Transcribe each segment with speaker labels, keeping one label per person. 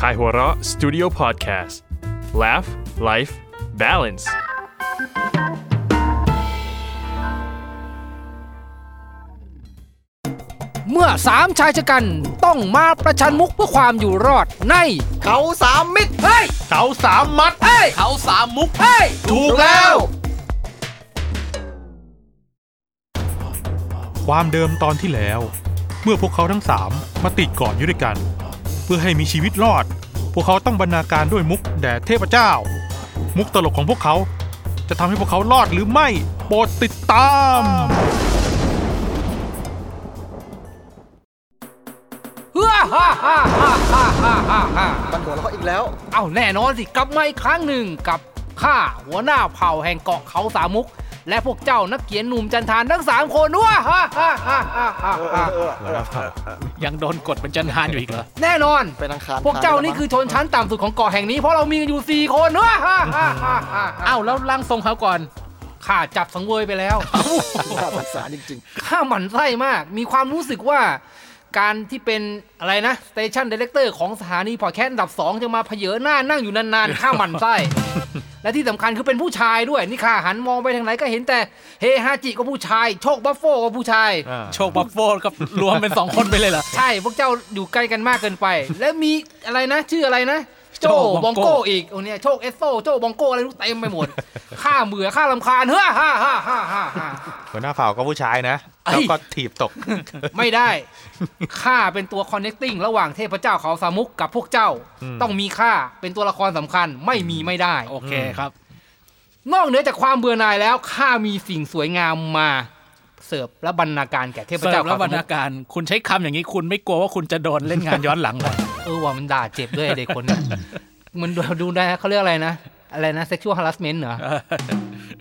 Speaker 1: Kaihura Studio Podcast Laugh Life Balance
Speaker 2: เมื่อสามชายชะกันต้องมาประชันมุกเพื่อความอยู่รอดใน
Speaker 3: เขาสามมิตร
Speaker 2: เฮ้ย
Speaker 3: เขาสามมัด
Speaker 2: เฮ้ย
Speaker 3: เขาสามมุก
Speaker 2: เฮ้ย
Speaker 3: ถูกแล้ว
Speaker 4: ความเดิมตอนที่แล้ว เมื่อพวกเขาทั้งสามมาติดเก่อนอยู่ด้วยกัน เพื่อให้มีชีวิตรอด พวกเขาต้องบรรณาการด้วยมุกแด่เทพเจ้า มุกตลกของพวกเขา จะทำให้พวกเขารอดหรือไม่โปรดติดตาม
Speaker 2: ฮ่าฮ่าฮ่าฮ่าฮ่าฮ่าฮ่าฮ่า
Speaker 3: มันหัวเราะอีกแล้ว
Speaker 2: เอาแน่นอนสิกลับมาอีกครั้งหนึ่งกับข้าหัวหน้าเผ่าแห่งเกาะเขาสามมุก และพวกเจ้านักเขียนหนุ่มจันทานทั้งสามคนว้าฮ่าฮ่าฮ่าฮ่าฮ่า
Speaker 5: ยังโดนกดเป็นจันทานอยู่อีกเหรอ
Speaker 2: แน่นอน
Speaker 3: เป็นอังคาร
Speaker 2: พวกเจ้านี่คือชนชั้นต่ำสุดของเกาะแห่งนี้เพราะเรามีกันอยู่สี่คนว้าฮ่าฮ่าฮ่าฮ่า
Speaker 5: อ้าวแล้วร่างทรงเขาก่อน
Speaker 2: ข้าจับสังเวยไปแล้ว
Speaker 3: น่าสงสารจริง
Speaker 2: ข้าหมั่นไส้มาก มีความรู้สึกว่า การที่เป็นอะไรนะสเตชันดีเลกเตอร์ของสถานีพอดแคสต์อันดับสองจะมาเผยหน้านั่งอยู่นานๆ ข้าหมั่นไส้ และที่สำคัญคือเป็นผู้ชายด้วย นี่ข้าหันมองไปทางไหนก็เห็นแต่เฮฮาจิก็ผู้ชาย โชคบัฟโฟก็ผู้ชาย
Speaker 5: โชคบัฟโฟกับรวมเป็นสองคนไปเลยเหรอ
Speaker 2: ใช่ พวกเจ้าอยู่ใกล้กันมากเกินไป และมีอะไรนะ ชื่ออะไรนะ โจ
Speaker 5: โจ้
Speaker 2: บบ อ
Speaker 5: อง งโก้
Speaker 2: โก้อีกโอ้เนี่ยโชคเอสโซโจบองโก้อะไรรู้เต็มไปหมด ข้าเบื่อข้าลำคาญเฮ้อฮ่าฮ่าฮ่าฮ่าฮ่า
Speaker 4: หัวหน้าเผ่าก็ผู้ชายนะ
Speaker 2: เอ้ย
Speaker 4: แล้วก็ถีบตก
Speaker 2: ไม่ได้ ข้าเป็นตัว connecting ระหว่างเทพเจ้าเขาสามุกกับพวกเจ้า ต้องมีข้าเป็นตัวละครสำคัญไม่มีไม่ได้
Speaker 5: โอเคครับ
Speaker 2: นอกเหนือจากความเบื่อหน่ายแล้ว ข้ามีสิ่งสวยงามมาเสิร์ฟและบรรณาการแก่เทพ
Speaker 5: เสิ
Speaker 2: เจ้า
Speaker 5: ร์ฟและ
Speaker 2: เขา
Speaker 5: บร
Speaker 2: สาร มุ
Speaker 5: ณาก การ คุณใช้คำอย่างนี้คุณไม่กลัวว่าคุณจะโดนเล่นงานย้อนหลังเหรอ
Speaker 2: เออว่ามันด่าเจ็บด้วยไอ้เด็กคนเนี้ยมันดูดูได้เขาเรียกอะไรนะ อะไรนะ sexual harassment เหรอ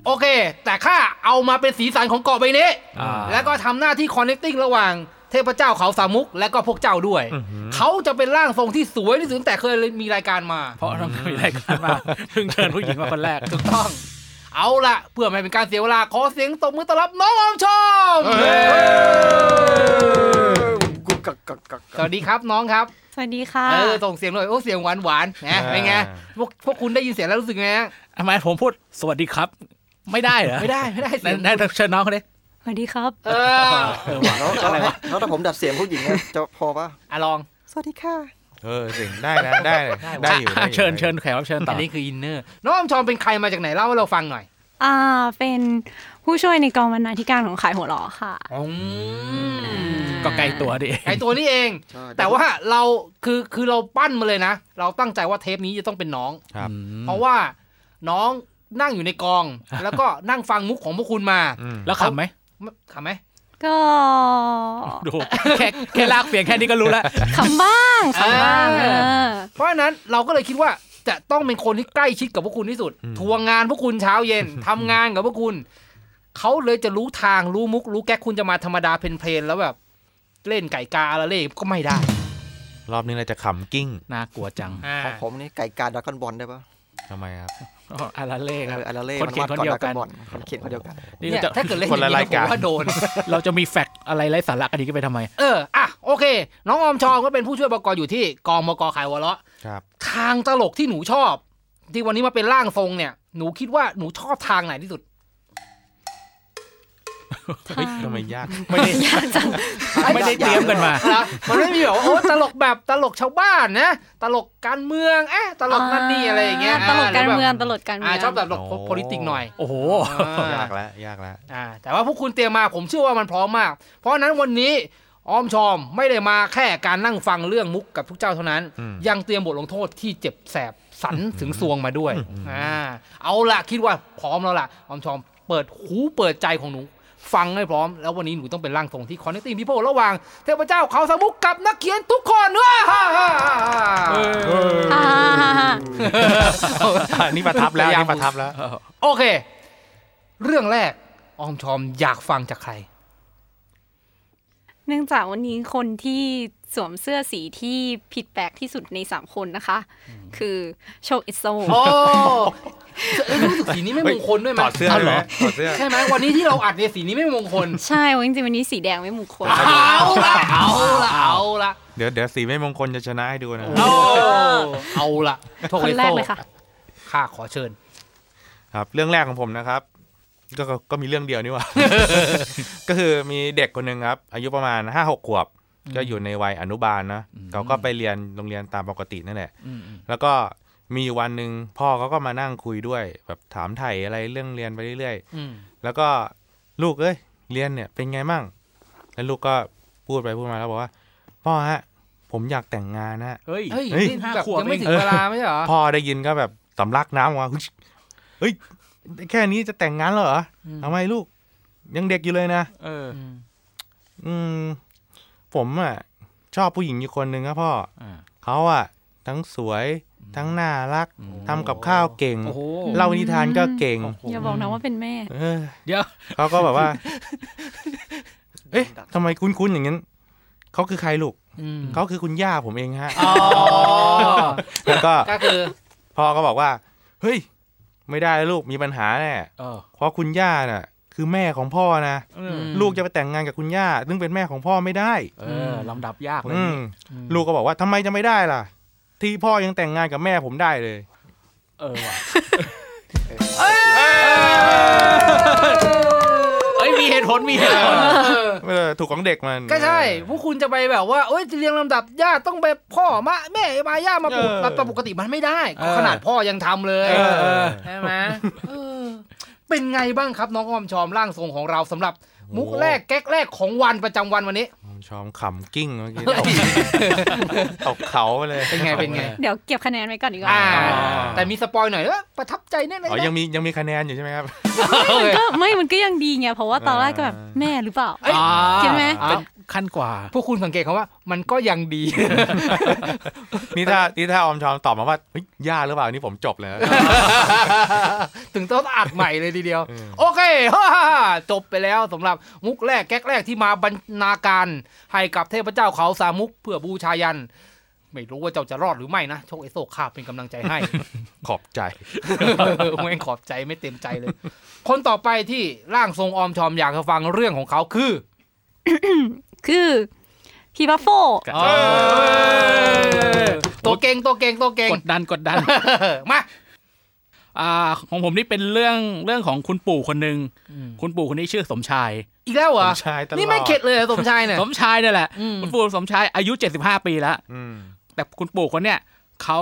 Speaker 2: โอเค แต่ข้าเอามาเป็นสีสันของเกาะใบนี้
Speaker 5: อ่า
Speaker 2: แล้วก็ทำหน้าที่ connecting ระหว่างเทพเจ้าเขาสามมุก และก็พวกเจ้าด้วย เขาจะเป็นร่างทรงที่สวยที่สุดตั้งแต่เคยมีรายการมา
Speaker 5: เพราะเราไม่มีรายการมาเพิ่งเชิญผู้หญิงมาคนแรก
Speaker 2: ถูกต้อง เอาละเพื่อไม่ให้เป็นการเสียเวลา ขอเสียงตบมือต้อนรับน้องออมชม
Speaker 3: ๆกุกกักกักกัก
Speaker 2: สวัสดีครับน้องครับ
Speaker 6: สวัสดีค่ะ
Speaker 2: เออส่งเสียงหน่อย โอ้เสียงหวานหวานๆนะเป็นไง พวกพวกคุณได้ยินเสียงแล้วรู้สึกไงฮะ
Speaker 5: ทำไมผมพูดสวัสดีครับ ไม่ได้เหรอ
Speaker 2: ไม่ได้ไม่ได้เสียง
Speaker 5: แน่ๆเชิญน้องเขาดิ
Speaker 6: สวัสดีครับ
Speaker 2: เออ
Speaker 5: เออว่ะ
Speaker 3: แล้วอะไรวะแล้วถ้าผมดัดเสียงผู้หญิงเนี่ยจะพอปะ
Speaker 2: อะลอง
Speaker 3: สวัสดีค่ะ
Speaker 4: เออสิ่งได้นะ ได้เลยได้อยู่ได้อยู่
Speaker 5: เชิญเชิญแขกรับเชิญต่
Speaker 2: อั
Speaker 5: อน
Speaker 2: นี้คืออินเนอร์ น้องออมชมเป็นใครมาจากไหนเล่าให้เราฟังหน่อย
Speaker 6: อ่า เป็นผู้ช่วยในกองบรรณาธิการของขายหัวหลอค่ะ
Speaker 2: อืม
Speaker 5: ก็ไกลตัวดิ
Speaker 2: ไอตัวนี้เอง
Speaker 3: ใช่
Speaker 2: แต่ว่าเราคือคือเราปั้นมาเลยนะ เราตั้งใจว่าเทปนี้จะต้องเป็นน้อง
Speaker 4: ครับ
Speaker 2: เพราะว่าน้องนั่งอยู่ในกอง แล้วก็นั่งฟังมุกของพวกคุณมา
Speaker 4: อืม
Speaker 5: แล้วขำไหม
Speaker 2: ขำไหม
Speaker 6: ก็
Speaker 5: ดูแค่แค่ลากเสียงแค่นี้ก็รู้แล้ว
Speaker 6: ขำบ้างขำบ้างเออ
Speaker 2: เพราะฉะนั้นเราก็เลยคิดว่าจะต้องเป็นคนที่ใกล้ชิดกับพวกคุณที่สุด ทวงงานพวกคุณเช้าเย็น ทำงานกับพวกคุณเขาเลยจะรู้ทางรู้มุก รู้แก๊กคุณจะมาธรรมดาเพลนๆแล้วแบบเล่นไก่กาอะไรเล่นก็ไม่ได้
Speaker 4: รอบนี้เราจะขำกิ้ง
Speaker 5: น่ากลัวจัง
Speaker 2: อ่า
Speaker 3: ของผมนี่ไก่การดราก้อนบอลได้ปะ
Speaker 4: ทำไมครับ
Speaker 5: อ๋ออาราเล่
Speaker 3: เอ
Speaker 5: ครับ
Speaker 3: ออาราเล่
Speaker 5: คน
Speaker 3: มัน
Speaker 5: เขียน
Speaker 3: วาดก่อนดราวก้
Speaker 5: คนเดียกั
Speaker 3: อน นบอลคนเขียนคนเดียวกัน
Speaker 5: นี่
Speaker 2: เนี่ย
Speaker 5: เราจะ
Speaker 2: ถ้าเกิดเล่นอ
Speaker 4: ค
Speaker 2: ย่าน ง
Speaker 4: ละ
Speaker 2: นี้นะ
Speaker 4: ราย
Speaker 2: ผ
Speaker 4: กามร
Speaker 2: ว่าโดน
Speaker 5: เราจะมีแฟกต์อะไรไร้สาระกันอีกไปทำไม
Speaker 2: เออ อ่ะ โอเค น้องออมชองก็เป็นผู้ช่วยบกอยู่ที่กองบกขายหัวเราะ
Speaker 4: ครับ
Speaker 2: ทางตลกที่หนูชอบ ที่วันนี้มาเป็นร่างทรงเนี่ย หนูคิดว่าหนูชอบทางไหนที่สุด
Speaker 4: เฮ้ยทำไมยาก
Speaker 5: ไม่ได้
Speaker 6: ยากจัง
Speaker 5: ไม่ได้เตรียมกันมา
Speaker 2: นะมันไม่มีแบบว่าโอ้ตลกแบบตลกชาวบ้านนะ ตลกการเมืองเอ๊ะตลกนั่นนี่อะไรอย่างเงี้ย
Speaker 6: ตลกการเมือง
Speaker 2: ะ
Speaker 6: ตลกการเมื
Speaker 2: อ่า
Speaker 6: อง
Speaker 2: ชอบแบบตลก
Speaker 4: โอ้
Speaker 2: politics หน่อย
Speaker 5: โอ้โห
Speaker 4: ยากแล้วยากแล้ว
Speaker 2: อ่าแต่ว่าพวกคุณเตรียมมาผมเชื่อว่ามันพร้อมมาก เพราะฉะนั้นวันนี้ออมชอมไม่ได้มาแค่การนั่งฟังเรื่องมุกกับทุกเจ้าเท่านั้น
Speaker 4: อืม
Speaker 2: ยังเตรียมบทลงโทษที่เจ็บแสบสันถึงซวงมาด้วยอ่าเอาละคิดว่าพร้อมแล้วล่ะออมชอมเปิดหูเปิดใจของหนู ฟังให้พร้อม แล้ววันนี้หนูต้องเป็นร่างทรงที่คอนเนคติ้งพิโพระหว่างเทพเจ้าเขาสมุกกับนักเขียนทุกคนเว้ยฮ่าฮ่าฮ่าฮ่า
Speaker 6: อ่า
Speaker 4: อันนี้ประทับแล้วอันนี้ประทับแล้ว
Speaker 2: โอเค เรื่องแรกออมชอมอยากฟังจากใคร
Speaker 6: เนื่องจากวันนี้คนที่สวมเสื้อสีที่ผิดแปลกที่สุดในสามคนนะคะ คือโชคอิโซ
Speaker 2: โอ้เอ้ยรู้สึกสีนี้ไม่มงคลด้วยไหม
Speaker 4: ถอดเสื้อใช่ไหมถอดเสื้อ
Speaker 2: ใช่ไหมวันนี้ที่เราอัดเนี่ยสีนี้ไม่มงคล
Speaker 6: ใช่วันจริงๆวันนี้สีแดงไม่มงคล
Speaker 2: เอาละเอาละเอาละ
Speaker 4: เดี๋ยวเดี๋ยวสีไม่มงคลจะชนะให้ดูนะ
Speaker 2: เอาเอาละโทษ
Speaker 6: คน
Speaker 2: ไอ้
Speaker 6: แรก
Speaker 2: โซ่
Speaker 6: เลยค่ะ
Speaker 2: ข้าขอเชิญ
Speaker 4: ครับเรื่องแรกของผมนะครับ ก็ก็ก็มีเรื่องเดียว นี่หว่า ก็คือมีเด็กคนหนึ่งครับ อายุประมาณห้าหกขวบ ก็อยู่ในวัยอนุบาลนะเขาก็ไปเรียนโรงเรียนตามปกตินั่นแหละแล้วก็มีอยู่วันหนึ่งพ่อเขาก็มานั่งคุยด้วย แบบถามไถ่อะไรเรื่องเรียนไปเรื่อย
Speaker 2: อืม
Speaker 4: ๆแล้วก็ลูกเอ้ยเรียนเนี่ยเป็นไงมั่งแล้วลูกก็พูดไปพูดมาแล้วบอกว่า พ่อฮะ ผมอยากแต่งงานนะ
Speaker 5: เฮ้ย
Speaker 2: เฮ้ย
Speaker 4: เฮ้ย
Speaker 2: นี่
Speaker 5: ห้า
Speaker 2: แบบ
Speaker 5: ขวบ
Speaker 2: ยังไม่
Speaker 5: เอง
Speaker 2: ถึงเวลาไม่ใช่เหรอ
Speaker 4: พ่อได้ยินก็แบบสำลักน้ำออกมา เฮ้ยแค่นี้จะแต่งงานแล้วเหรอทำไมลูก ยังเด็กอยู่เลยนะ
Speaker 5: เออ
Speaker 2: ม
Speaker 4: อืม ผมอ่ะ ชอบผู้หญิงอยู่คนหนึ่งครับพ่ออา เขาอ่ะ ทั้งสวยทั้งน่ารักทำกับข้าวเก่ง
Speaker 5: โอ้โห
Speaker 4: เล่านิทานก็เก่ง
Speaker 6: อย่าบอกนะว่าเป็นแม่
Speaker 4: เออ
Speaker 5: เดี๋ยว
Speaker 4: เขาก็แบบว่า เอ๊ะทำไมคุ้นๆอย่างนั้นเขาคือใครลูก
Speaker 2: อืม
Speaker 4: เขาคือคุณย่าผมเองฮะ
Speaker 2: อ๋อ
Speaker 4: แล้วก็
Speaker 2: ก็คือ
Speaker 4: พ่อก็บอกว่า เฮ้ย ไม่ได้แล้วลูกมีปัญหาแน่
Speaker 5: เออ
Speaker 4: เพราะคุณย่าน่ะ คือแม่ของพ่อนะ
Speaker 5: เออ
Speaker 4: ลูกจะไปแต่งงานกับคุณย่าซึ่งเป็นแม่ของพ่อไม่ได้
Speaker 5: เออลำดับยากเลย
Speaker 4: อืมลูกก็บอกว่าทำไมจะไม่ได้ล่ะ ที่พ่อยังแต่งงานกับแม่ผมได้เลย
Speaker 5: เออว่ะ
Speaker 2: เอ้ยมีเหตุผลมีเหตุผลเออ
Speaker 4: เออถูกของเด็กมัน
Speaker 2: ก็ใช่พวกคุณจะไปแบบว่า เอ้ยจะเรียงลำดับญาติต้องแบบพ่อมาแม่มาย่ามาปู่
Speaker 4: เออ
Speaker 2: ลำดับปกติมันไม่ได้ ขนาดพ่อยังทำเลย
Speaker 4: เออเออ
Speaker 2: ใช่ไหมเออ เป็นไงบ้างครับน้องออมชอมร่างทรงของเราสำหรับมุกแรกแก๊กแรกของวันประจำวันวันนี้
Speaker 4: ผมชอมขำกิ้งเมื่อกี้ตกตกเขาไปเลย
Speaker 2: เป็นไงเป็นไง
Speaker 6: เดี๋ยวเก็บคะแนนไว้ก่อนดีกว่า
Speaker 2: อ่า แต่มีสปอยหน่อยเอ้ยประทับใจแน่ๆ
Speaker 4: อ๋อ
Speaker 2: นะ
Speaker 4: ยังมียังมีคะแนนอยู่ใช่ไหมครับ
Speaker 6: มันก็ไม่มันก็ยังดีไงเพราะว่าตอนแรกก็แบบ
Speaker 4: อ่า
Speaker 6: แม่หรือเปล่า
Speaker 5: อ่า
Speaker 6: เห็นไหม
Speaker 5: เป็นขั้นกว่า
Speaker 2: พวกคุณสังเกตเขาว่า มันก็ยังดี
Speaker 4: นี่ถ้านี่ถ้าออมชอมตอบมาว่าเฮ้ยย่าหรือเปล่านี่ผมจบเลยนะ
Speaker 2: ถึงต้องอัดใหม่เลยทีเดียว
Speaker 4: เออ
Speaker 2: โอเค ฮ่าๆจบไปแล้วสำหรับมุกแรกแก๊กแรกที่มาบรรณาการ ให้กับเทพเจ้าเขาสามมุกเพื่อบูชายัน ไม่รู้ว่าเจ้าจะรอดหรือไม่นะ โชคไอโซข้าเป็นกำลังใจให้
Speaker 4: ขอบใจ
Speaker 2: แม่งขอบใจไม่เต็มใจเลย คนต่อไปที่ร่างทรงออมชอมอยากจะฟังเรื่องของเขาคือ
Speaker 6: คือพี่บัฟโฟ
Speaker 5: เออ
Speaker 2: ตัวเก่งตัวเก่งตัวเก่ง
Speaker 5: กดดันก ดดัน
Speaker 2: เออมา
Speaker 5: อ่าของผมนี่เป็นเรื่องเรื่องของคุณปู่คนหนึ่งคุณปู่คนนี้ชื่อสมชาย
Speaker 2: อีกแล้วเหรอ
Speaker 4: สมชายตลอด
Speaker 2: นี่ไม่เข็ดเลยเหรอสมชายเนี่ย
Speaker 5: สมชายนี่แหละ
Speaker 2: อืม
Speaker 5: คุณปู่สมชายอายุ 75 ปีแล้ว
Speaker 4: อืม
Speaker 5: แต่คุณปู่คนเนี้ยเขา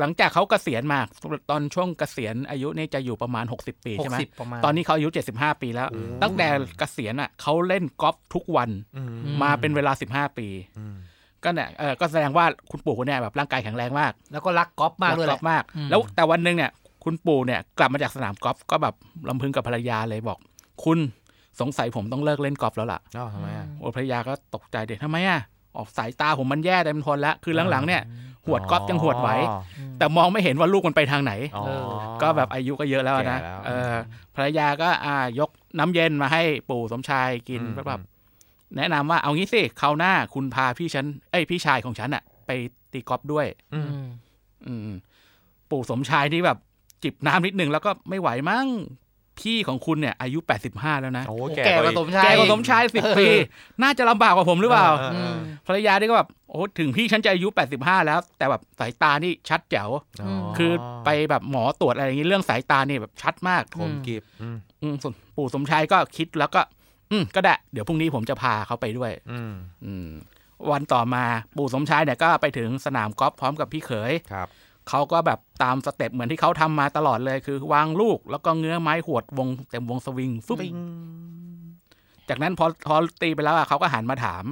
Speaker 5: หลังจากเขาเกษียณมาตอนช่วงเกษียณอายุเนี่ยจะอยู่ประมาณ 60 ปี
Speaker 2: หก
Speaker 5: ใช่ไหม
Speaker 2: สิบประมาณ
Speaker 5: ตอนนี้เขาอายุ 75 ปีแล้ว ตั้งแต่เกษียณอ่ะเขาเล่นกอล์ฟทุกวัน
Speaker 4: อืม
Speaker 5: มาเป็นเวลา 15 ปี
Speaker 4: อืม
Speaker 5: ก็เนี่ยเออก็แสดงว่าคุณปู่คนเนี้ยแบบร่างกายแข็งแรงมาก
Speaker 2: แล้วก็รักก๊อฟมากด้วยแห
Speaker 5: รั
Speaker 2: ละ
Speaker 5: กมาก
Speaker 2: อืม
Speaker 5: แล้วแต่วันหนึ่งเนี่ย คุณปู่เนี่ยกลับมาจากสนามกอล์ฟก็แบบลำพึงกับภรรยาเลยบอก คุณสงสัยผมต้องเลิกเล่นกอล์ฟแล้วล่ะ
Speaker 4: เอ้าทำไมอ่ะ
Speaker 5: โอ้ภรรยาก็ตกใจเด็กทำไมอ่ะ ออกสายตาผมมันแย่ได้มันทนละคือหลังๆเนี่ย หวดก๊อฟยังหวดไหว แต่มองไม่เห็นว่าลูกมันไปทางไหน
Speaker 4: อ๋อ
Speaker 5: ก็แบบอายุก็เยอะแล้วนะ
Speaker 4: แก่แล้ว
Speaker 5: เออภรรยาก็อ่ายกน้ำเย็นมาให้ปู่สมชายกิน
Speaker 4: อืม
Speaker 5: แบบแนะนำว่าเอางี้สิคราวหน้าคุณพาพี่ฉันเอ้ยพี่ชายของฉันอะไปตีกอล์ฟด้วย
Speaker 4: อืม
Speaker 5: อืม ปู่สมชายที่แบบจิบน้ำนิดหนึ่งแล้วก็ไม่ไหวมั้งพี่ของคุณเนี่ย อายุ85แล้วนะ
Speaker 4: โอ้
Speaker 2: โอ้
Speaker 4: แก่
Speaker 2: แก่ก
Speaker 4: ไป
Speaker 2: ว่าสมชาย
Speaker 5: แกกว่าสมชายสิบปีน่าจะลำบากกว่าผมหรือเปล่า
Speaker 2: อืม
Speaker 5: ภรรยานี่ก็แบบโอ้ถึงพี่ฉันจะอายุ 85 แล้ว แต่แบบสายตานี่ชัดแจ๋ว คือไปแบบหมอตรวจอะไรอย่างนี้เรื่องสายตานี่แบบชัดมาก
Speaker 4: ผมกีบอืม
Speaker 5: อืมส่วนปู่สมชายก็คิดแล้วก็ อืมก็ได้ เดี๋ยวพรุ่งนี้ผมจะพาเขาไปด้วย
Speaker 4: อืม
Speaker 5: อืม วันต่อมาปู่สมชายเนี่ยก็ไปถึงสนามกอล์ฟพร้อมกับพี่เขย
Speaker 4: ครับ
Speaker 5: เขาก็แบบตามสเต็ปเหมือนที่เขาทำมาตลอดเลยคือ วางลูกแล้วก็เงื้อไม้หวดวงเต็มวงสวิงฟึ๊บจากนั้นพอพอตีไปแล้วอะเขาก็หันมาถาม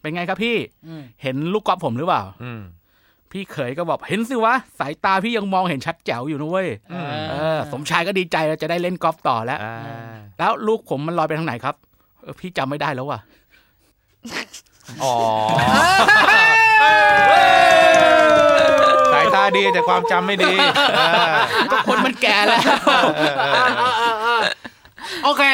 Speaker 5: เป็นไงครับพี่
Speaker 2: อืม
Speaker 5: เห็นลูกกอล์ฟผมหรือเปล่า
Speaker 4: อืม
Speaker 5: พี่เขยก็บอกเห็นสิวะ สายตาพี่ยังมองเห็นชัดแจ๋วอยู่นะเว้ย
Speaker 4: อืม
Speaker 5: เออ สมชายก็ดีใจแล้วจะได้เล่นกอล์ฟต่อแล้ว
Speaker 4: อ่า
Speaker 5: แล้วลูกผมมันลอยไปทางไหนครับเออพี่จำไม่ได้แล้วว่ะ
Speaker 4: อ๋อสายตาดีแต่ความจำไม่ดีเออ
Speaker 5: ก็คนมันแก่แล้ว
Speaker 2: โอเค
Speaker 6: โอเค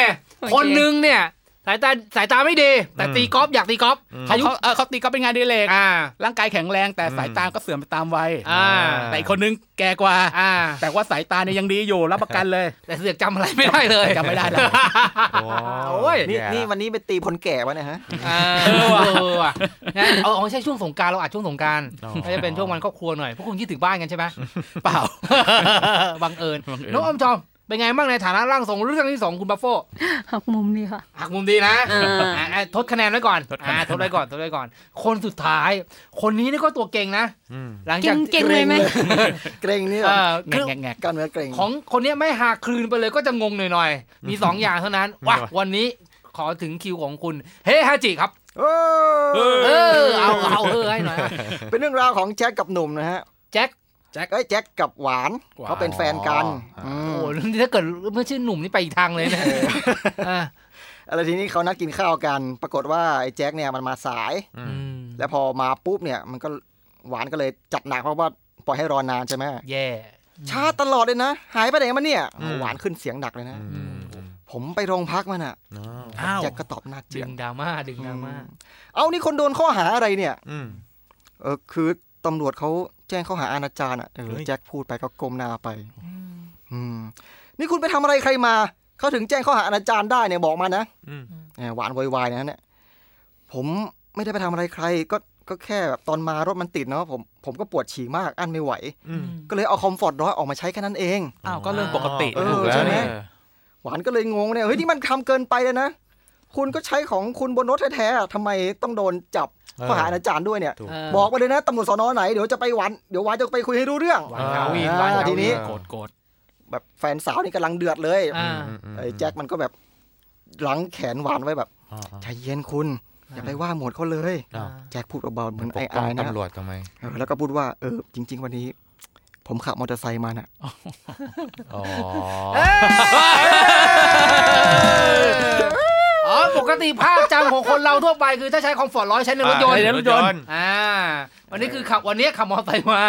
Speaker 2: คนหนึ่งเนี่ย สายตาสายตาไม่ดีแต่
Speaker 4: อืม
Speaker 2: ตีกอล์ฟอยากตีกอล์ฟ
Speaker 5: เขา
Speaker 2: อายุ
Speaker 5: เขาเออเขาตีก็เป็นงานอดีเลก
Speaker 2: อ่า
Speaker 5: ร่างกายแข็งแรงแต่สายตาก็เสื่อมไปตามวัย
Speaker 2: อ่า
Speaker 5: แต่อีกคนนึงแก่กว่า
Speaker 2: อ่า
Speaker 5: แต่ว่าสายตาเนี่ยยังดีอยู่รับประกันเลย
Speaker 2: แต่เสือกจำอะไรไม่ได้เลย
Speaker 5: จำไม่ได้แล้ว
Speaker 2: โอ้ย
Speaker 3: นี่นี่วันนี้ไปตีพลแก่วะเนี่ยฮะ
Speaker 2: อ่าเออว่ะงั้นเอาเอาใช่ช่วงสงกรารเราอาจช่วงสงกราร
Speaker 4: อ๋อ
Speaker 2: ก็จะเป็นช่วงวันครอบครัวหน่อยพวกคุณคิดถึงบ้านกันใช่ไหม
Speaker 5: เป ล่า
Speaker 2: บังเอิญ
Speaker 5: บังเอิญ
Speaker 2: น้องอมจอมเป็นไงบ้างในฐานะร่างทรงเรื่องที่สองคุณบัฟโฟ
Speaker 6: หักมุมนี่ค่ะ
Speaker 2: หักมุมดีนะ
Speaker 6: เอออ่
Speaker 2: ะอ่ะทดคะแนนไว้ก่อน
Speaker 5: ทดคะแนน
Speaker 2: อ่ะทดไว้ก่อนทดไว้ก่อน คนสุดท้าย คนนี้นี่ก็ตัวเก่งนะ
Speaker 4: อืม
Speaker 2: หลัง
Speaker 6: เก่
Speaker 2: จาก
Speaker 6: งเก่งเลยไหม
Speaker 3: เกรงนี่
Speaker 2: เออ
Speaker 5: แง
Speaker 2: คือก
Speaker 5: แงกแงก
Speaker 3: การเมืองเกรง
Speaker 2: ของคนเนี้ยไม่หากคลืนไปเลยก็จะงงหน่อยๆมีสองอย่างเท่านั้น
Speaker 4: ไม่
Speaker 2: ว่ะ
Speaker 4: ไหว
Speaker 2: วันนี้ขอถึงคิวของคุณ เฮ้ฮาจิครับ
Speaker 3: โอ้
Speaker 2: เออเอาเอาเออให้หน่อยนะ
Speaker 3: เป็นเรื่องราวของแจ็คกับหนุ่มนะฮะ
Speaker 2: แจ็ค
Speaker 3: เอ้ยแจ็คกับหวานเขาเป็นแฟนกันอื
Speaker 2: โอ้
Speaker 3: ม
Speaker 2: โหถ้าเกิดเมื่อชื่อหนุ่มนี่ไปอีกทางเลยนะอ่ะ
Speaker 3: อะไรทีนี้เขานัดกินข้าวกัน ปรากฏว่าไอ้แจ็คเนี่ยมันมาสาย
Speaker 2: อืม
Speaker 3: แล้วพอมาปุ๊บเนี่ยมันก็หวานก็เลยจัดหนักเพราะว่าปล่อยให้รอนานใช่ไหม
Speaker 2: แย่
Speaker 3: ช้าตลอดเลยนะ หายไปไหนมาเนี่ย
Speaker 4: อืม
Speaker 3: หวานขึ้นเสียงหนักเลยนะ
Speaker 4: อืม
Speaker 3: ผมไปโรงพักมันอ่ะ
Speaker 4: อ้าว
Speaker 5: อ้าว
Speaker 3: แจ็คก็ตอบหน้า
Speaker 2: ดึ
Speaker 3: เจียน
Speaker 2: งดราม่าดึงดราม่า
Speaker 3: เอานี่คนโดนข้อหาอะไรเนี่ย
Speaker 4: อืม
Speaker 3: เออคือตำรวจเขาแจ้งข้อหาอาณาจารอ่ะเออ
Speaker 4: เฮ้ย
Speaker 3: แจ็คพูดไปก็ก้มหน้าไป อืม นี่คุณไปทำอะไรใครมา เขาถึงแจ้งข้อหาอาณาจารได้เนี่ยบอกมานะ
Speaker 4: อืม
Speaker 3: เออหวานโวยวายนะเนี่ยผมไม่ได้ไปทำอะไรใคร ก็ก็แค่แบบตอนมารถมันติดเนาะผมผมก็ปวดฉี่มากอั้นไม่ไหว
Speaker 4: อืม
Speaker 3: ก็เลยเอาคอมฟอร์ตร้อยออกมาใช้แค่นั้นเอง
Speaker 5: อ้าวก็เรื่องปกติ
Speaker 3: เออ
Speaker 5: ถูกแล้
Speaker 3: ใช่
Speaker 5: ว
Speaker 3: ไหม
Speaker 5: เนี่ย
Speaker 3: หวานก็เลยงงเนี่ยเฮ้ยนี่มันทำเกินไปเลยนะ คุณก็ใช้ของคุณบนรถแท้ๆทำไมต้องโดนจับข้อหาอาณาจารด้วยเนี่ย
Speaker 4: ถูก
Speaker 2: เ
Speaker 3: บอกมาเลยนะตำรวจสอนอไหนเดี๋ยวจะไปหวานเดี๋ยวหวานจะไปคุยให้รู้เรื่อง
Speaker 5: หวานกาวีน
Speaker 3: อ่า
Speaker 5: หวานกา
Speaker 3: ทีนี้
Speaker 5: วีนโกรธโกรธ
Speaker 3: แบบแฟนสาวนี่กำลังเดือดเลย
Speaker 2: อ่า
Speaker 3: ไอ้แจ็คมันก็แบบหลังแขนหวานไว้แบบ
Speaker 4: อ่าอ่า
Speaker 3: ใจเย็นคุณ อย่าไปว่าหมวดเขาเลย
Speaker 4: อ้าว
Speaker 3: แจ็คพูดเบาๆเหมือน
Speaker 7: ป
Speaker 3: ไอ้
Speaker 7: กป้อ
Speaker 3: อาง ยนะ
Speaker 7: ตำรวจทำไม
Speaker 3: เออแล้วก็พูดว่าเออจริง ๆ วันนี้ ผมขับมอเตอร์ไซค์มาน่ะ
Speaker 7: อ๋อ
Speaker 2: อ๋อปกติภาพจำของคนเราทั่วไปคือถ้าใช้คอมฟอร์ตร้อยใช้ในรถยนต์
Speaker 5: ในรถยนต์
Speaker 2: อ่า วันนี้คือขับวันนี้ขับมอเตอร์ไซค์มา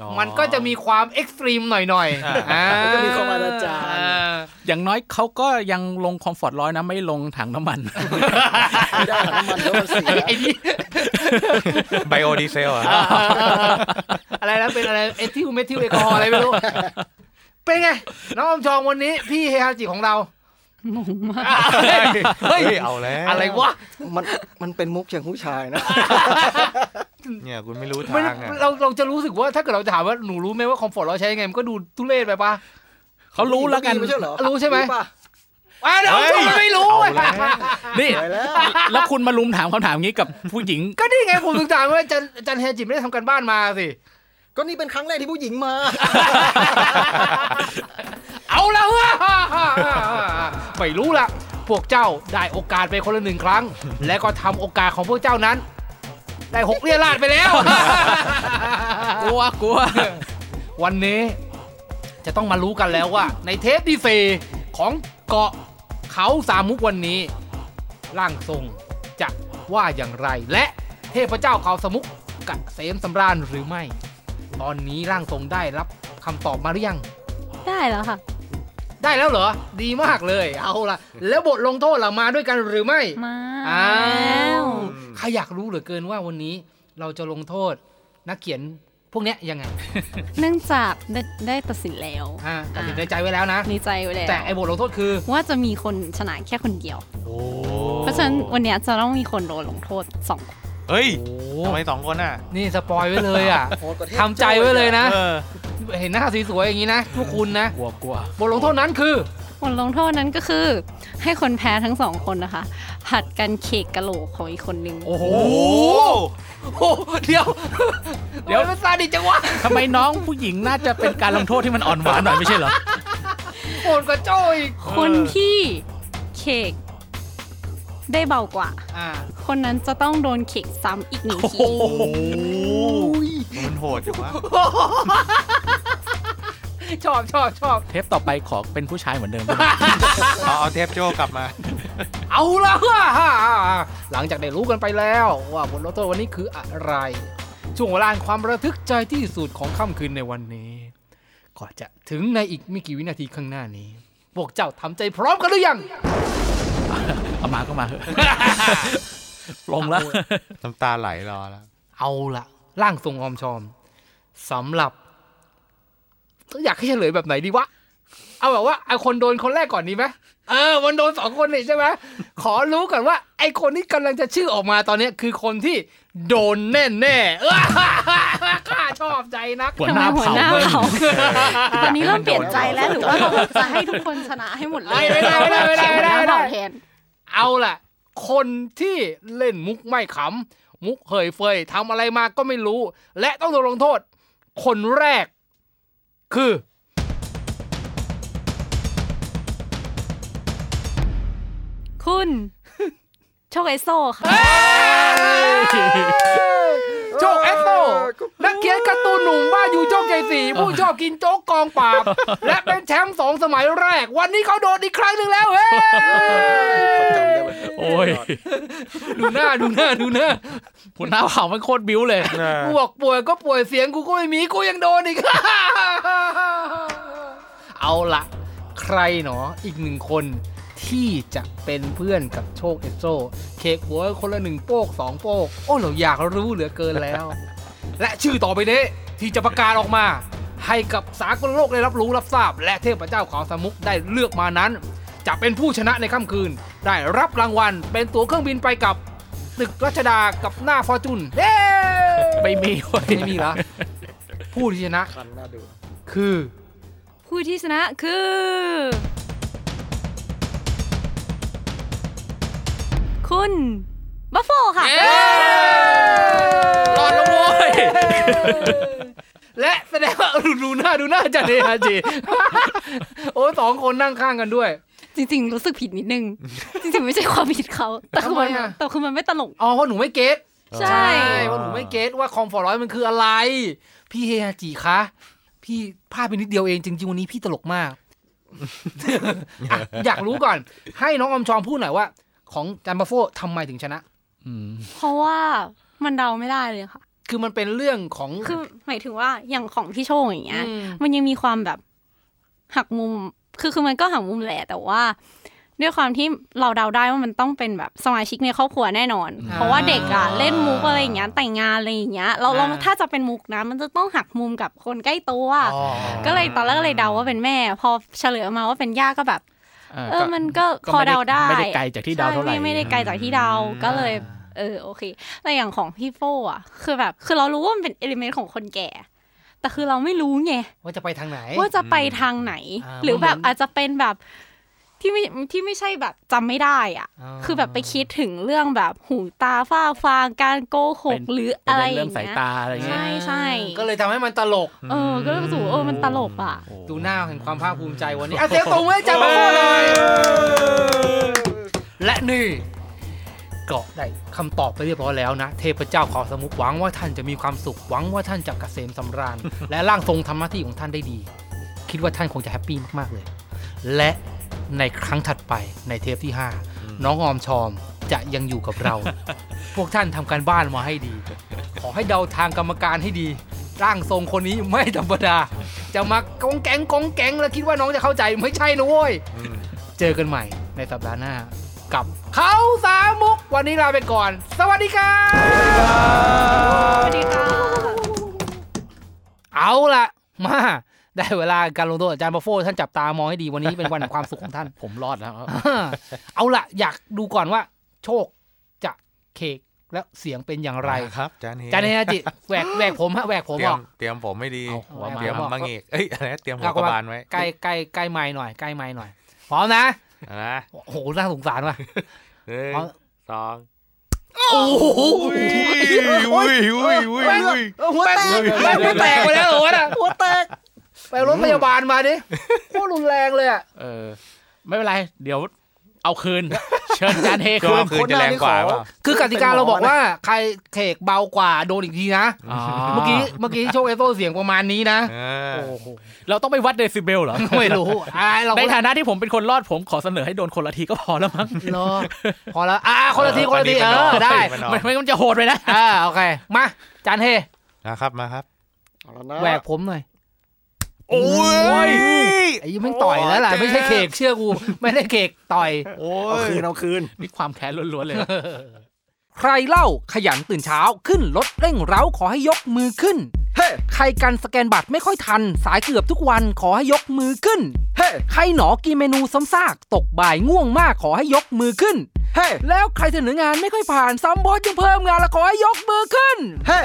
Speaker 5: อ๋อ
Speaker 2: มันก็จะมีความเอ็กซ์ตรีมหน่อยๆอ่า
Speaker 3: ะมีความอนาจารย์
Speaker 2: อ่า
Speaker 5: อย่างน้อยเขาก็ยังลงคอมฟอร์ตร้อยนะไม่ลงถังน้ำมัน
Speaker 3: ไม่ได้น้ำมันเดี๋ยวมันเสีย
Speaker 2: ไอ้นี่
Speaker 7: ไบโอดีเซลอ่ะ
Speaker 2: อะไรนะเป็นอะไรเอทิลเมทิลแอลกอฮอล์อะไรไม่รู้ เป็นไง น้องอมจองวันนี้พี่เฮฮาจิของเรา
Speaker 7: เฮ้ย เอาแล้ว
Speaker 2: อะไรวะ
Speaker 3: มันมันเป็นมุกเชิงผู้ชายนะ
Speaker 7: เนี่ยคุณไม่รู้
Speaker 2: มัน
Speaker 7: ทางอ่ะ
Speaker 2: เราเราจะรู้สึกว่าถ้าเกิดเราจะถามว่าหนูรู้ไหมว่าคอมฟอร์ตร้อยใช้ยังไงมันก็ดูทุเรศไปปะ
Speaker 5: เขารู้แล้วกัน
Speaker 3: ไม่ใช่เหรอ
Speaker 2: รู้ใช่ไหม
Speaker 3: ป่ะ
Speaker 2: อ้าวน้องอมจองมันไม่รู้
Speaker 7: เอา
Speaker 2: อะ
Speaker 7: แล้ว
Speaker 5: นี่
Speaker 3: ไปแล้ว
Speaker 5: แล้วคุณมาลุมถามคำถามอย่างนี้กับผู้หญิง
Speaker 2: ก็นี่ไงผมถึงถามว่าอาจันจันเฮจิไม่ได้ทำกันบ้านมา สิ
Speaker 3: ก็นี่เป็นครั้งแรกที่ผู้หญิงมา
Speaker 2: เอาแล้วอะไม่รู้ละพวกเจ้าได้โอกาสไปคนละหนึ่งครั้ง และก็ทำโอกาสของพวกเจ้านั้น ได้หกเรียราดไปแล้ว
Speaker 5: กลัวกลัว
Speaker 2: วันนี้จะต้องมารู้กันแล้วว่า ในเทปที่สี่ของเกาะเขาสามมุกวันนี้ ร่างทรงจะว่าอย่างไร และเทพเจ้าเขาสามมุกกะเสมสำราญหรือไม่ ตอนนี้ร่างทรงได้รับคำตอบมาหรือยัง
Speaker 6: ได้แล้วค่ะ
Speaker 2: ได้แล้วเหรอ ดีมากเลย เอาละแล้วบทลงโทษเรามาด้วยกันหรือไม่
Speaker 6: มา
Speaker 2: อ้าว
Speaker 6: ว
Speaker 2: ข้าอยากรู้เหลือเกินว่าวันนี้เราจะลงโทษนักเขียนพวกเนี้ยยังไง
Speaker 6: เนื่องจากได้ได้ตัดสินแล้ว
Speaker 2: อ่าตัดสินใจไว้แล้วนะ
Speaker 6: ในใจไว้แล้ว
Speaker 2: แต่ไอ้บทลงโทษคือ
Speaker 6: ว่าจะมีคนชนะแค่คนเดียว เพราะฉะนั้นวันเนี้ยจะต้องมีคนโดนลงโทษสองคน
Speaker 7: เฮ้ย
Speaker 2: โอ้
Speaker 7: ทำไมสองคนอ่ะ
Speaker 2: นี่สปอยไว้เลยอ่ะ
Speaker 3: โหดกว่าเทพ
Speaker 2: ทำใจไว้เลยนะ
Speaker 7: เออ
Speaker 2: เห็นหน้าสวยๆอย่างนี้นะพวกคุณนะ
Speaker 5: กลัวกลัว
Speaker 2: บทลงโทษนั้นคือบ
Speaker 6: ทลงโทษนั้นก็คือ ให้คนแพ้ทั้งสองคนนะคะผัดกันเขกกะโหลกของอีกคนนึง
Speaker 2: โอ้โห
Speaker 7: โอ้
Speaker 2: โอ้โหเดี๋ยว เดี๋ยวมันซาดิสจังวะ
Speaker 5: ทำไมน้องผู้หญิงน่าจะเป็นการลงโทษที่มันอ่อนหวานหน่อยไม่ใช่เหรอ
Speaker 2: โหดกว่าโจ้อีก
Speaker 6: คนที่เขกได้เบากว่า
Speaker 2: อ่า
Speaker 6: คนนั้นจะต้องโดนเขกซ้ำอีกหนึ่งที
Speaker 7: มันโหดจังวะ
Speaker 2: ชอบชอบชอบ
Speaker 5: เทปต่อไปขอเป็นผู้ชายเหมือนเดิม
Speaker 7: เอาเอาเทปโจ้กลับมา
Speaker 2: เอาละว่ะหลังจากได้รู้กันไปแล้วว่าบทลงโทษวันนี้คืออะไร ช่วงเวลาแห่งความระทึกใจที่สุดของค่ำคืนในวันนี้ก็จะถึงในอีกไม่กี่วินาทีข้างหน้านี้ พวกเจ้าทำใจพร้อมกันหรือยัง
Speaker 5: เอามาก็มาเถอะ ลงแล้ว
Speaker 7: น้ำตาไหลรอแล้ว
Speaker 2: เอาละร่างทรงออมชอมสำหรับอยากให้เฉลยแบบไหนดีวะ เอาแบบว่าไอคนโดนคนแรกก่อนดีไหมเออมันโดนสองคนนี่ใช่ไหมขอรู้ก่อนว่า ไอคนที่กำลังจะชื่อออกมาตอนเนี้ยคือคนที่โดนแน่แน่ๆเออ ข้าชอบใจนัก
Speaker 5: หัวหน้า
Speaker 6: ทำไม
Speaker 5: เผา
Speaker 6: หัวหน้า
Speaker 5: เลย
Speaker 6: เผา ตอนนี้เริ่มเปลี่ยนใจ
Speaker 3: โดน
Speaker 6: แล้วหรือว่าเราจะให้ทุกคนชนะให้หมดเลย
Speaker 2: ไม่ได้ไม่ได้ไม่ได้ไม่ได้
Speaker 6: เขียนหัวหน้าเผาแทน
Speaker 2: เอาล่ะ คนที่เล่นมุกไม่ขำ มุกเหยเฟยทำอะไรมาก็ไม่รู้ และต้องโดนลงโทษ คนแรก คือ
Speaker 6: คุณ โชคไอโซค่ะ
Speaker 2: โจกเอสโซนักเขียนการ์ตูนหนุ่มบ้านอยู่โจกใจ สีผู้ชอบกินโจ๊กกองปราบ และเป็นแชมป์สองสมัยแรก วันนี้เขาโดนอีกครั้งหนึ่งแล้วเฮ้ย
Speaker 3: จำได้ไหม
Speaker 5: โอ้ย
Speaker 2: ดูหน้าดูหน้าดูหน้า
Speaker 5: หัวหน้าเผามันโคตรบิ้วเลย
Speaker 2: กูบอกป่วยก็ป่วยเสียงกูก็ไม่มีกูยังโดนอีก เอาละใครหนออีกหนึ่งคนที่จะเป็นเพื่อนกับโชคเอสโซเคกหัวคนละหนึ่งโป๊กสองโป๊กโอ้เราอยากรู้เหลือเกินแล้ว และชื่อต่อไปนี้ที่จะประกาศออกมา ให้กับสากลโลกได้รับรู้รับทราบ และเทพเจ้าเขาสมุกได้เลือกมานั้น จะเป็นผู้ชนะในค่ำคืน ได้รับรางวัลเป็นตั๋วเครื่องบินไปกับ ตึกรัชดากับหน้าฟอร์จูนเย้
Speaker 5: ไม่มีเว้ย
Speaker 2: ไม่มีละผู้ที่ชนะ
Speaker 3: คันน่าดู
Speaker 2: คือ
Speaker 6: ผู้ที่ชนะคือ คุณบัฟโฟค่ะ
Speaker 5: รอดแล้วโว้ย
Speaker 2: และแสดงว่าดูดูหน้าดูหน้าจันเนฮาจิ โอ้สองคนนั่งข้างกันด้วย
Speaker 6: จริงๆ รู้สึกผิดนิดนึง จริงๆ ไม่ใช่ความผิดเขา แต่คือมัน
Speaker 2: ทำไมอะ
Speaker 6: แต่คือมันไม่ตลก
Speaker 2: อ๋อเพราะหนูไม่เก็ต
Speaker 6: ใช่
Speaker 2: เพราะหนูไม่เก็ตว่าคอมฟอร์ร้อยมันคืออะไร พี่เฮฮาจิคะพี่พลาดไปนิดเดียวเองจริงๆวันนี้พี่ตลก มากอ่ะอยากรู้ก่อน ให้น้องอมชอมพูดหน่อยว่า ของจันบัฟโฟทำไมถึงชนะ
Speaker 5: อืม
Speaker 6: เพราะว่ามันเดาไม่ได้เลยค่ะ
Speaker 2: คือมันเป็นเรื่องของ
Speaker 6: คือหมายถึงว่าอย่างของพี่โชงอย่างเงี้ย
Speaker 2: อืม
Speaker 6: มันยังมีความแบบหักมุม คือคือมันก็หักมุมแหละแต่ว่า ด้วยความที่เราเดาได้ว่ามันต้องเป็นแบบสมาชิกในครอบครัวแน่นอน
Speaker 5: อ่า
Speaker 6: เพราะว่าเด็กอ่ะเล่นมุกอะไรอย่างเงี้ยแต่งงานอะไรอย่างเงี้ยเราเราถ้าจะเป็นมุกนะ มันจะต้องหักมุมกับคนใกล้ตัวก็เลยตอนแรกก็เลยเดาว่าเป็นแม่ พอเฉลยออกมาว่าเป็นย่าก็แบบ เออมันก็พอเดาได้
Speaker 5: ไม่ได้ไกลจากที่เดาเท่าไหร่
Speaker 6: ใช่ม่ไม่ได้ไกลจากที่เดาก็เลย เออโอเคแต่อย่างของพี่โฟอ่ะ คือแบบ คือเรารู้ว่ามันเป็นเอลิเมนต์ของคนแก่ แต่คือเราไม่รู้ไง
Speaker 2: ว่าจะไปทางไหน
Speaker 6: ว่าจะไปทางไหน
Speaker 2: อ่า
Speaker 6: หรือแบบ
Speaker 2: มันเหมือน
Speaker 6: อาจจะเป็นแบบที่ไม่ที่ไม่ใช่แบบจำไม่ได้อ่ะ คือแบบไปคิดถึงเรื่องแบบหูตาฝ้าฟางการโกห
Speaker 5: เป็
Speaker 6: ก
Speaker 5: น
Speaker 6: หรือ
Speaker 5: ป
Speaker 6: อะไร
Speaker 5: เด็น
Speaker 6: อ
Speaker 5: เรื่อง
Speaker 6: ย่าง
Speaker 5: สาย
Speaker 6: เงี้ย
Speaker 5: ตาอะไรเงี้ย
Speaker 6: ใช่ใช่
Speaker 2: ก็เลยทำให้มันตลก
Speaker 6: เออ ก็เลยรู้สึกว่าเออมันตลกอ่ะ
Speaker 5: โอ้
Speaker 2: ดูหน้าแห่งความภาคภูมิใจวันนี้อ่ะเสียงตรงไว้จับมาพูดเลย และนี่ก็ได้คำตอบไปเรียบร้อยแล้วนะ เทพเจ้าเขาสมุกหวังว่าท่านจะมีความสุขหวังว่าท่านจะกเกษมสำ ราญ และร่างทรงทำหน้าที่ของท่านได้ดี คิดว่าท่านคงจะแฮปปี้มาก ๆ เลย และในครั้งถัดไปในเทปที่ 5 น้องออมชอมจะยังอยู่กับ เรา พวกท่านทำการบ้านมาให้ดี ขอให้เดาทางกรรมการให้ดี ร่างทรงคนนี้ไม่ธรรมดา จะมากองแกงกองแกงแล้วคิดว่าน้องจะเข้าใจไม่ใช่นะเว้ย เจอกันใหม่ในสัปดาห์หน้า กับเขาสามมุก วันนี้ลาไปก่อน สวัสดีครับ
Speaker 6: สวัสดีค่ะ
Speaker 2: เอาละมา ได้เวลาการลงโทษอาจารย์บัฟโฟท่านจับตามองให้ดีวันนี้เป็นวันแห่งความสุขของท่าน
Speaker 5: ผมรอดแล้ว
Speaker 2: เอาละอยากดูก่อนว่า โชคจะเคกแล้วเสียงเป็นอย่างไร
Speaker 7: มาครับจานเฮ
Speaker 2: อาจารย์เนจิแหวกแหวกผมฮะแหวกผม
Speaker 7: เตรีย
Speaker 2: อ
Speaker 7: ม
Speaker 2: อก
Speaker 7: เตรียมผมไม่ดี
Speaker 5: เอาหัวมา
Speaker 7: เตรียมบางเอกเอ้ยอะไรนะเตรียมหัว
Speaker 2: เอา
Speaker 7: ก
Speaker 2: กระ
Speaker 7: ระ
Speaker 2: บะ
Speaker 7: บาลไว้
Speaker 2: ใกล้ใกล้ใกล้ไม้หน่อยใกล้ไม้หน่อยพร้อมนะ
Speaker 7: เอานะ
Speaker 2: โอ้โหน่าสงสารว่ะ
Speaker 7: หนึ่ง
Speaker 2: เอา
Speaker 7: สอง
Speaker 2: โอ้โห
Speaker 7: อุ้ยอุ้ยอุ้ยอุ้ย
Speaker 3: เออหัวแตก
Speaker 2: แม่งไม่แตกไปแล้วเหรอวะน่ะ
Speaker 3: หัวแตก
Speaker 2: ไปรถพยาบาลมาดิโคตรรุนแรงเลยอะ
Speaker 5: เออ ไม่เป็นไร เดี๋ยวเอาคืน เชิญจานเท
Speaker 7: ก็คื
Speaker 5: คืน
Speaker 7: อจะแรงกว่าเปล่า
Speaker 2: คือกติกาเราบอกว่าใครเขกเบากว่าโดนอีกทีนะ เมื่อกี้เมื่อกี้โชคเอโซเสียงประมาณนี้นะ
Speaker 7: เออ
Speaker 2: โอ้โห
Speaker 5: เราต้องไปวัดเดซิเบล เหรอ
Speaker 2: ไม่รู้อ่าเรา
Speaker 5: ใน
Speaker 2: ก็
Speaker 5: ฐานะที่ผมเป็นคนรอดผมขอเสนอให้โดนคนละทีก็พอแล้วมั้ง
Speaker 2: รอพอแล้วอ่าคนละที
Speaker 7: เออ
Speaker 2: คนละที
Speaker 7: ป
Speaker 2: เอ
Speaker 7: ระดิษฐ์
Speaker 2: อ
Speaker 7: ประดิษฐ์
Speaker 2: ได้
Speaker 7: ประดิษฐ์ นอ
Speaker 5: ไม่ไม่งั้นมันจะโหดไปนะ
Speaker 2: อ่าโอเค มา จานเฮ
Speaker 7: นะครับมาครับ
Speaker 3: เอาละนะ
Speaker 2: แหวกผมหน่อย
Speaker 7: โอ้ย
Speaker 2: ไอ้ยี่แม่งต่อยแล้วล่ะไม่ใช่เค้กเชื่อกูไม่ได้เค้กต่อย
Speaker 7: โอ้
Speaker 3: เอา
Speaker 7: ย
Speaker 3: คืนเอาคืน
Speaker 5: นี่ความแค้นล้วนๆเลย
Speaker 2: ใครเล่าขยันตื่นเช้าขึ้นรถเร่งเร้าขอให้ยกมือขึ้น
Speaker 3: เฮ้
Speaker 2: ใครกันสแกนบัตรไม่ค่อยทัน สายเกือบทุกวันขอให้ยกมือขึ้น
Speaker 3: เฮ้
Speaker 2: ใครหนอกินเมนูซ้ำซากตกบ่ายง่วงมากขอให้ยกมือขึ้น
Speaker 3: เฮ้
Speaker 2: แล้วใครเสนองานไม่ค่อยผ่านซ้ำบอสยังเพิ่มงานและขอให้ยกมือขึ้น
Speaker 3: เฮ้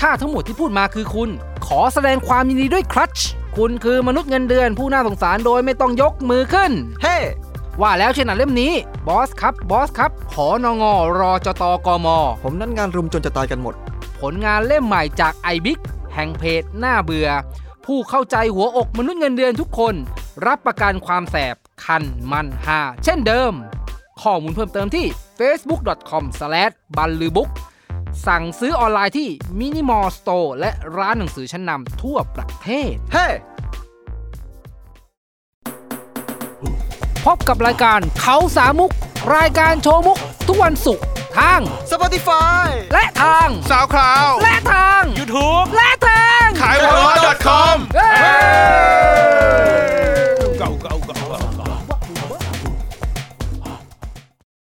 Speaker 2: ถ้าทั้งหมดที่พูดมาคือคุณ ขอแสดงความยินดีด้วยครัช คุณคือมนุษย์เงินเดือนผู้น่าสงสารโดยไม่ต้องยกมือขึ้น
Speaker 3: เฮ้
Speaker 2: ว่าแล้วเช่นหนังเล่มนี้ บอสครับ บอสครับ ขอนงรอจตกม
Speaker 3: ผมนั่นงานรุมจนจะตายกันหมด
Speaker 2: ผลงานเล่มใหม่จากไอบิกแห่งเพจหน้าเบื่อ ผู้เข้าใจหัวอกมนุษย์เงินเดือนทุกคน รับประกันความแสบคันมันหา เช่นเดิม ข้อมูลเพิ่มเติมที่ facebook.com s l a s h บันลือบุ๊กสั่งซื้อออนไลน์ที่มินิมอลสโตร์และร้านหนังสือชั้นนำทั่วประเทศ
Speaker 3: เฮ้
Speaker 2: พบกับรายการเขาสามมุก รายการโชว์มุก ทุกวันศุกร์ทาง
Speaker 3: สปอติฟาย
Speaker 2: และทาง
Speaker 7: สาวคราว
Speaker 2: และทาง
Speaker 7: ยูทูบ
Speaker 2: และทาง
Speaker 7: ขายหัวเราะ .com
Speaker 2: เฮ้
Speaker 7: เอ้ย